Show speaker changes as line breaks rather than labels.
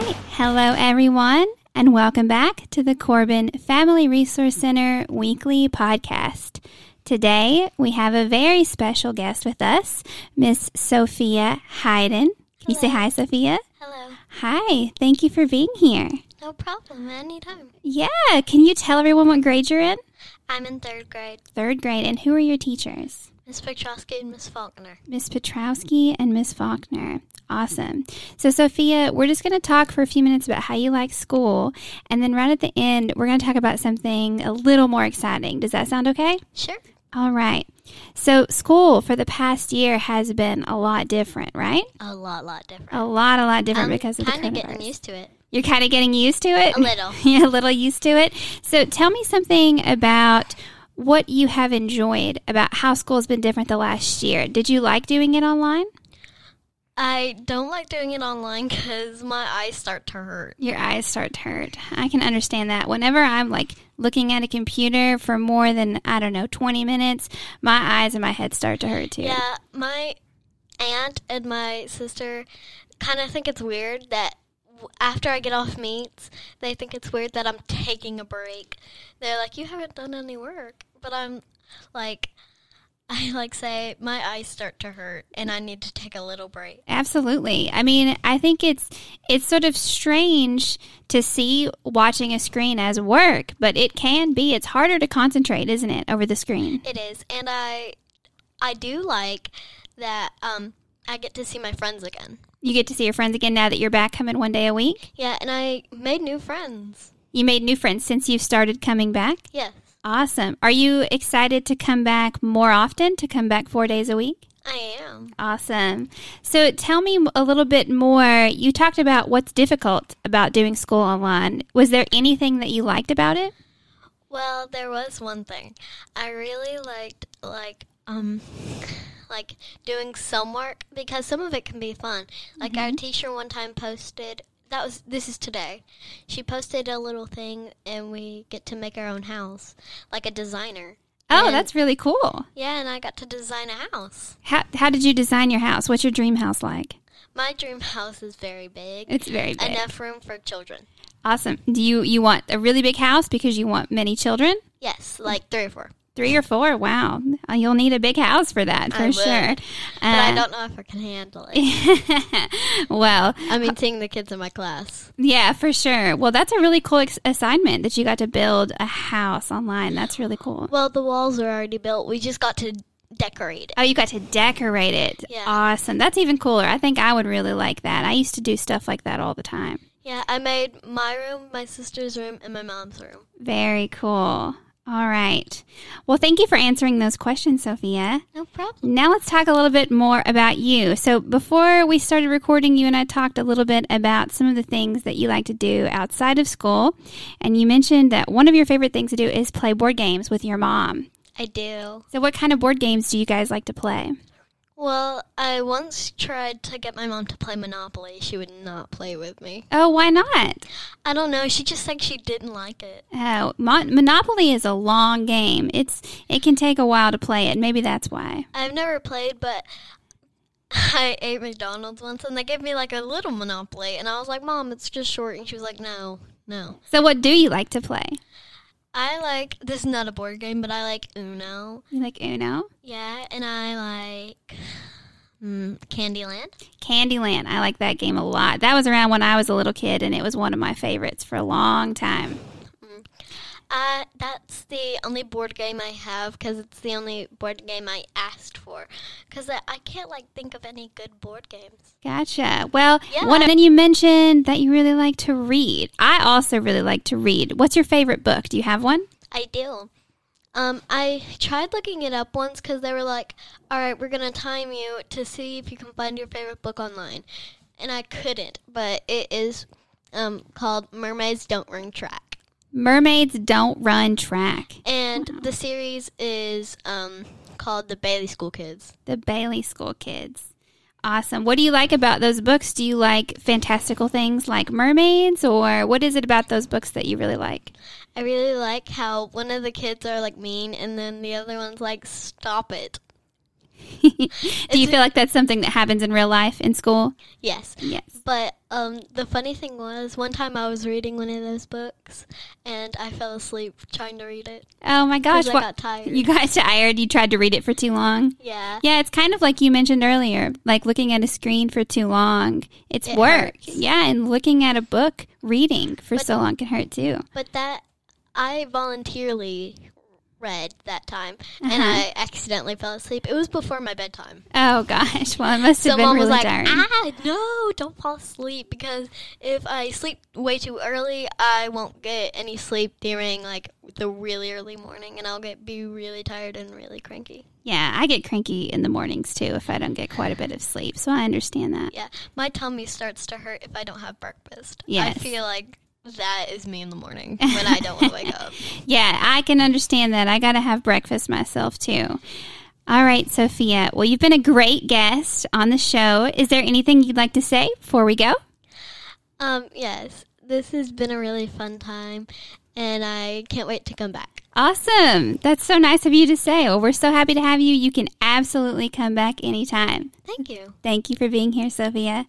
Hello, everyone, and welcome back to the Corbin Family Resource Center weekly podcast. Today, we have a very special guest with us, Miss Sophia Hayden. Can you say hi, Sophia?
Hello.
Hi, thank you for being here.
No problem. Anytime.
Yeah, can you tell everyone what grade you're in?
I'm in third grade.
Third grade, and who are your teachers?
Miss Petrosky and Miss Faulkner.
Miss Petrowski and Miss Faulkner. Awesome. So, Sophia, we're just going to talk for a few minutes about how you like school. And then, right at the end, we're going to talk about something a little more exciting. Does that sound okay?
Sure.
All right. So, school for the past year has been a lot different, right?
A lot, lot different.
A lot, a lot different
I'm
because of the
Um, kinda getting
coronavirus.
used to it.
You're kind of getting used to it?
A little.
yeah, a little used to it. So, tell me something about what you have enjoyed about how school has been different the last year. Did you like doing it online?
I don't like doing it online because my eyes start to hurt.
Your eyes start to hurt. I can understand that. Whenever I'm like looking at a computer for more than, I don't know, 20 minutes, my eyes and my head start to hurt too.
Yeah, my aunt and my sister kind of think it's weird that w- after I get off meets, they think it's weird that I'm taking a break. They're like, "You haven't done any work," but I'm like, I like say my eyes start to hurt and I need to take a little break.
Absolutely. I mean, I think it's it's sort of strange to see watching a screen as work, but it can be. It's harder to concentrate, isn't it, over the screen?
It is, and I, I do like that. Um, I get to see my friends again.
You get to see your friends again now that you're back coming one day a week.
Yeah, and I made new friends.
You made new friends since you've started coming back.
Yes,
Awesome. Are you excited to come back more often, to come back 4 days a week?
I am.
Awesome. So tell me a little bit more. You talked about what's difficult about doing school online. Was there anything that you liked about it?
Well, there was one thing I really liked, like um, like doing some work because some of it can be fun. Like
Mm-hmm.
our teacher one time posted. That was this is today. She posted a little thing, and we get to make our own house, like a designer.
Oh,
And-
that's really cool.
yeah, and I got to design a house.
How, how did you design your house? What's your dream house like?
My dream house is very big.
It's very big.
Enough room for children.
Awesome. Do you you want a really big house because you want many children?
Yes, like three or four.
Three or four? Wow. Uh, You'll need a big house for that for
I would,
sure.
But I
Uh,
don't know if I can handle it.
well,
I mean, seeing the kids in my class.
yeah, for sure. Well, that's a really cool ex- assignment that you got to build a house online. That's really cool.
Well, the walls are already built. We just got to decorate it.
Oh, you got to decorate it.
Yeah.
Awesome. That's even cooler. I think I would really like that. I used to do stuff like that all the time.
Yeah, I made my room, my sister's room, and my mom's room.
Very cool. All right. Well, thank you for answering those questions, Sophia.
No problem.
Now let's talk a little bit more about you. So, before we started recording, you and I talked a little bit about some of the things that you like to do outside of school. And you mentioned that one of your favorite things to do is play board games with your mom.
I do.
So, what kind of board games do you guys like to play?
Well, I once tried to get my mom to play Monopoly. She would not play with me.
Oh, why not?
I don't know. She just said she didn't like it.
Oh, Mon- Monopoly is a long game. It's it can take a while to play it. Maybe that's why.
I've never played, but I ate McDonald's once and they gave me like a little Monopoly. And I was like, Mom, it's just short. And she was like, No, no.
So, what do you like to play?
I like, this is not a board game, but I like Uno.
You like Uno,
Yeah, and I like mm, Candyland.
Candyland. I like that game a lot. That was around when I was a little kid, and it was one of my favorites for a long time.
Uh, that's the only board game I have because it's the only board game I asked for. Because I, I can't like think of any good board games.
Gotcha. Well,
Yeah.
one, and then you mentioned that you really like to read. I also really like to read. What's your favorite book? Do you have one?
I do. Um, I tried looking it up once because they were like, "All right, we're gonna time you to see if you can find your favorite book online," and I couldn't. But it is um, called "Mermaids Don't Run Track,"
Mermaids don't run track.
and the series is um, called "The Bailey School Kids."
The Bailey School Kids. Awesome. What do you like about those books? Do you like fantastical things like mermaids, or what is it about those books that you really like?
I really like how one of the kids are like mean, and then the other one's like, "Stop it."
Do you feel like that's something that happens in real life in school?
Yes.
Yes.
But um, the funny thing was, one time I was reading one of those books and I fell asleep trying to read it.
Oh my gosh.
'Cause I
what-
got tired.
You got tired. You tried to read it for too long.
Yeah.
Yeah, it's kind of like you mentioned earlier, like looking at a screen for too long. It's
It
work.
hurts.
Yeah, and looking at a book, reading for
But-
so long can hurt too.
But that, I voluntarily read that time
Uh-huh.
and I accidentally fell asleep. It was before my bedtime.
Oh gosh. Well, it must have
Someone
been really
was like,
tiring.
ah, no, don't fall asleep because if I sleep way too early, I won't get any sleep during like the really early morning and I'll get be really tired and really cranky.
yeah, I get cranky in the mornings too if I don't get quite a bit of sleep. So I understand that.
Yeah, my tummy starts to hurt if I don't have breakfast.
Yes.
I feel like that is me in the morning when I don't want to wake up.
Yeah, I can understand that. I got to have breakfast myself too. All right, Sophia. Well, you've been a great guest on the show. Is there anything you'd like to say before we go?
Um, yes, this has been a really fun time, and I can't wait to come back.
Awesome. That's so nice of you to say. Well, we're so happy to have you. You can absolutely come back anytime.
Thank you.
Thank you for being here, Sophia.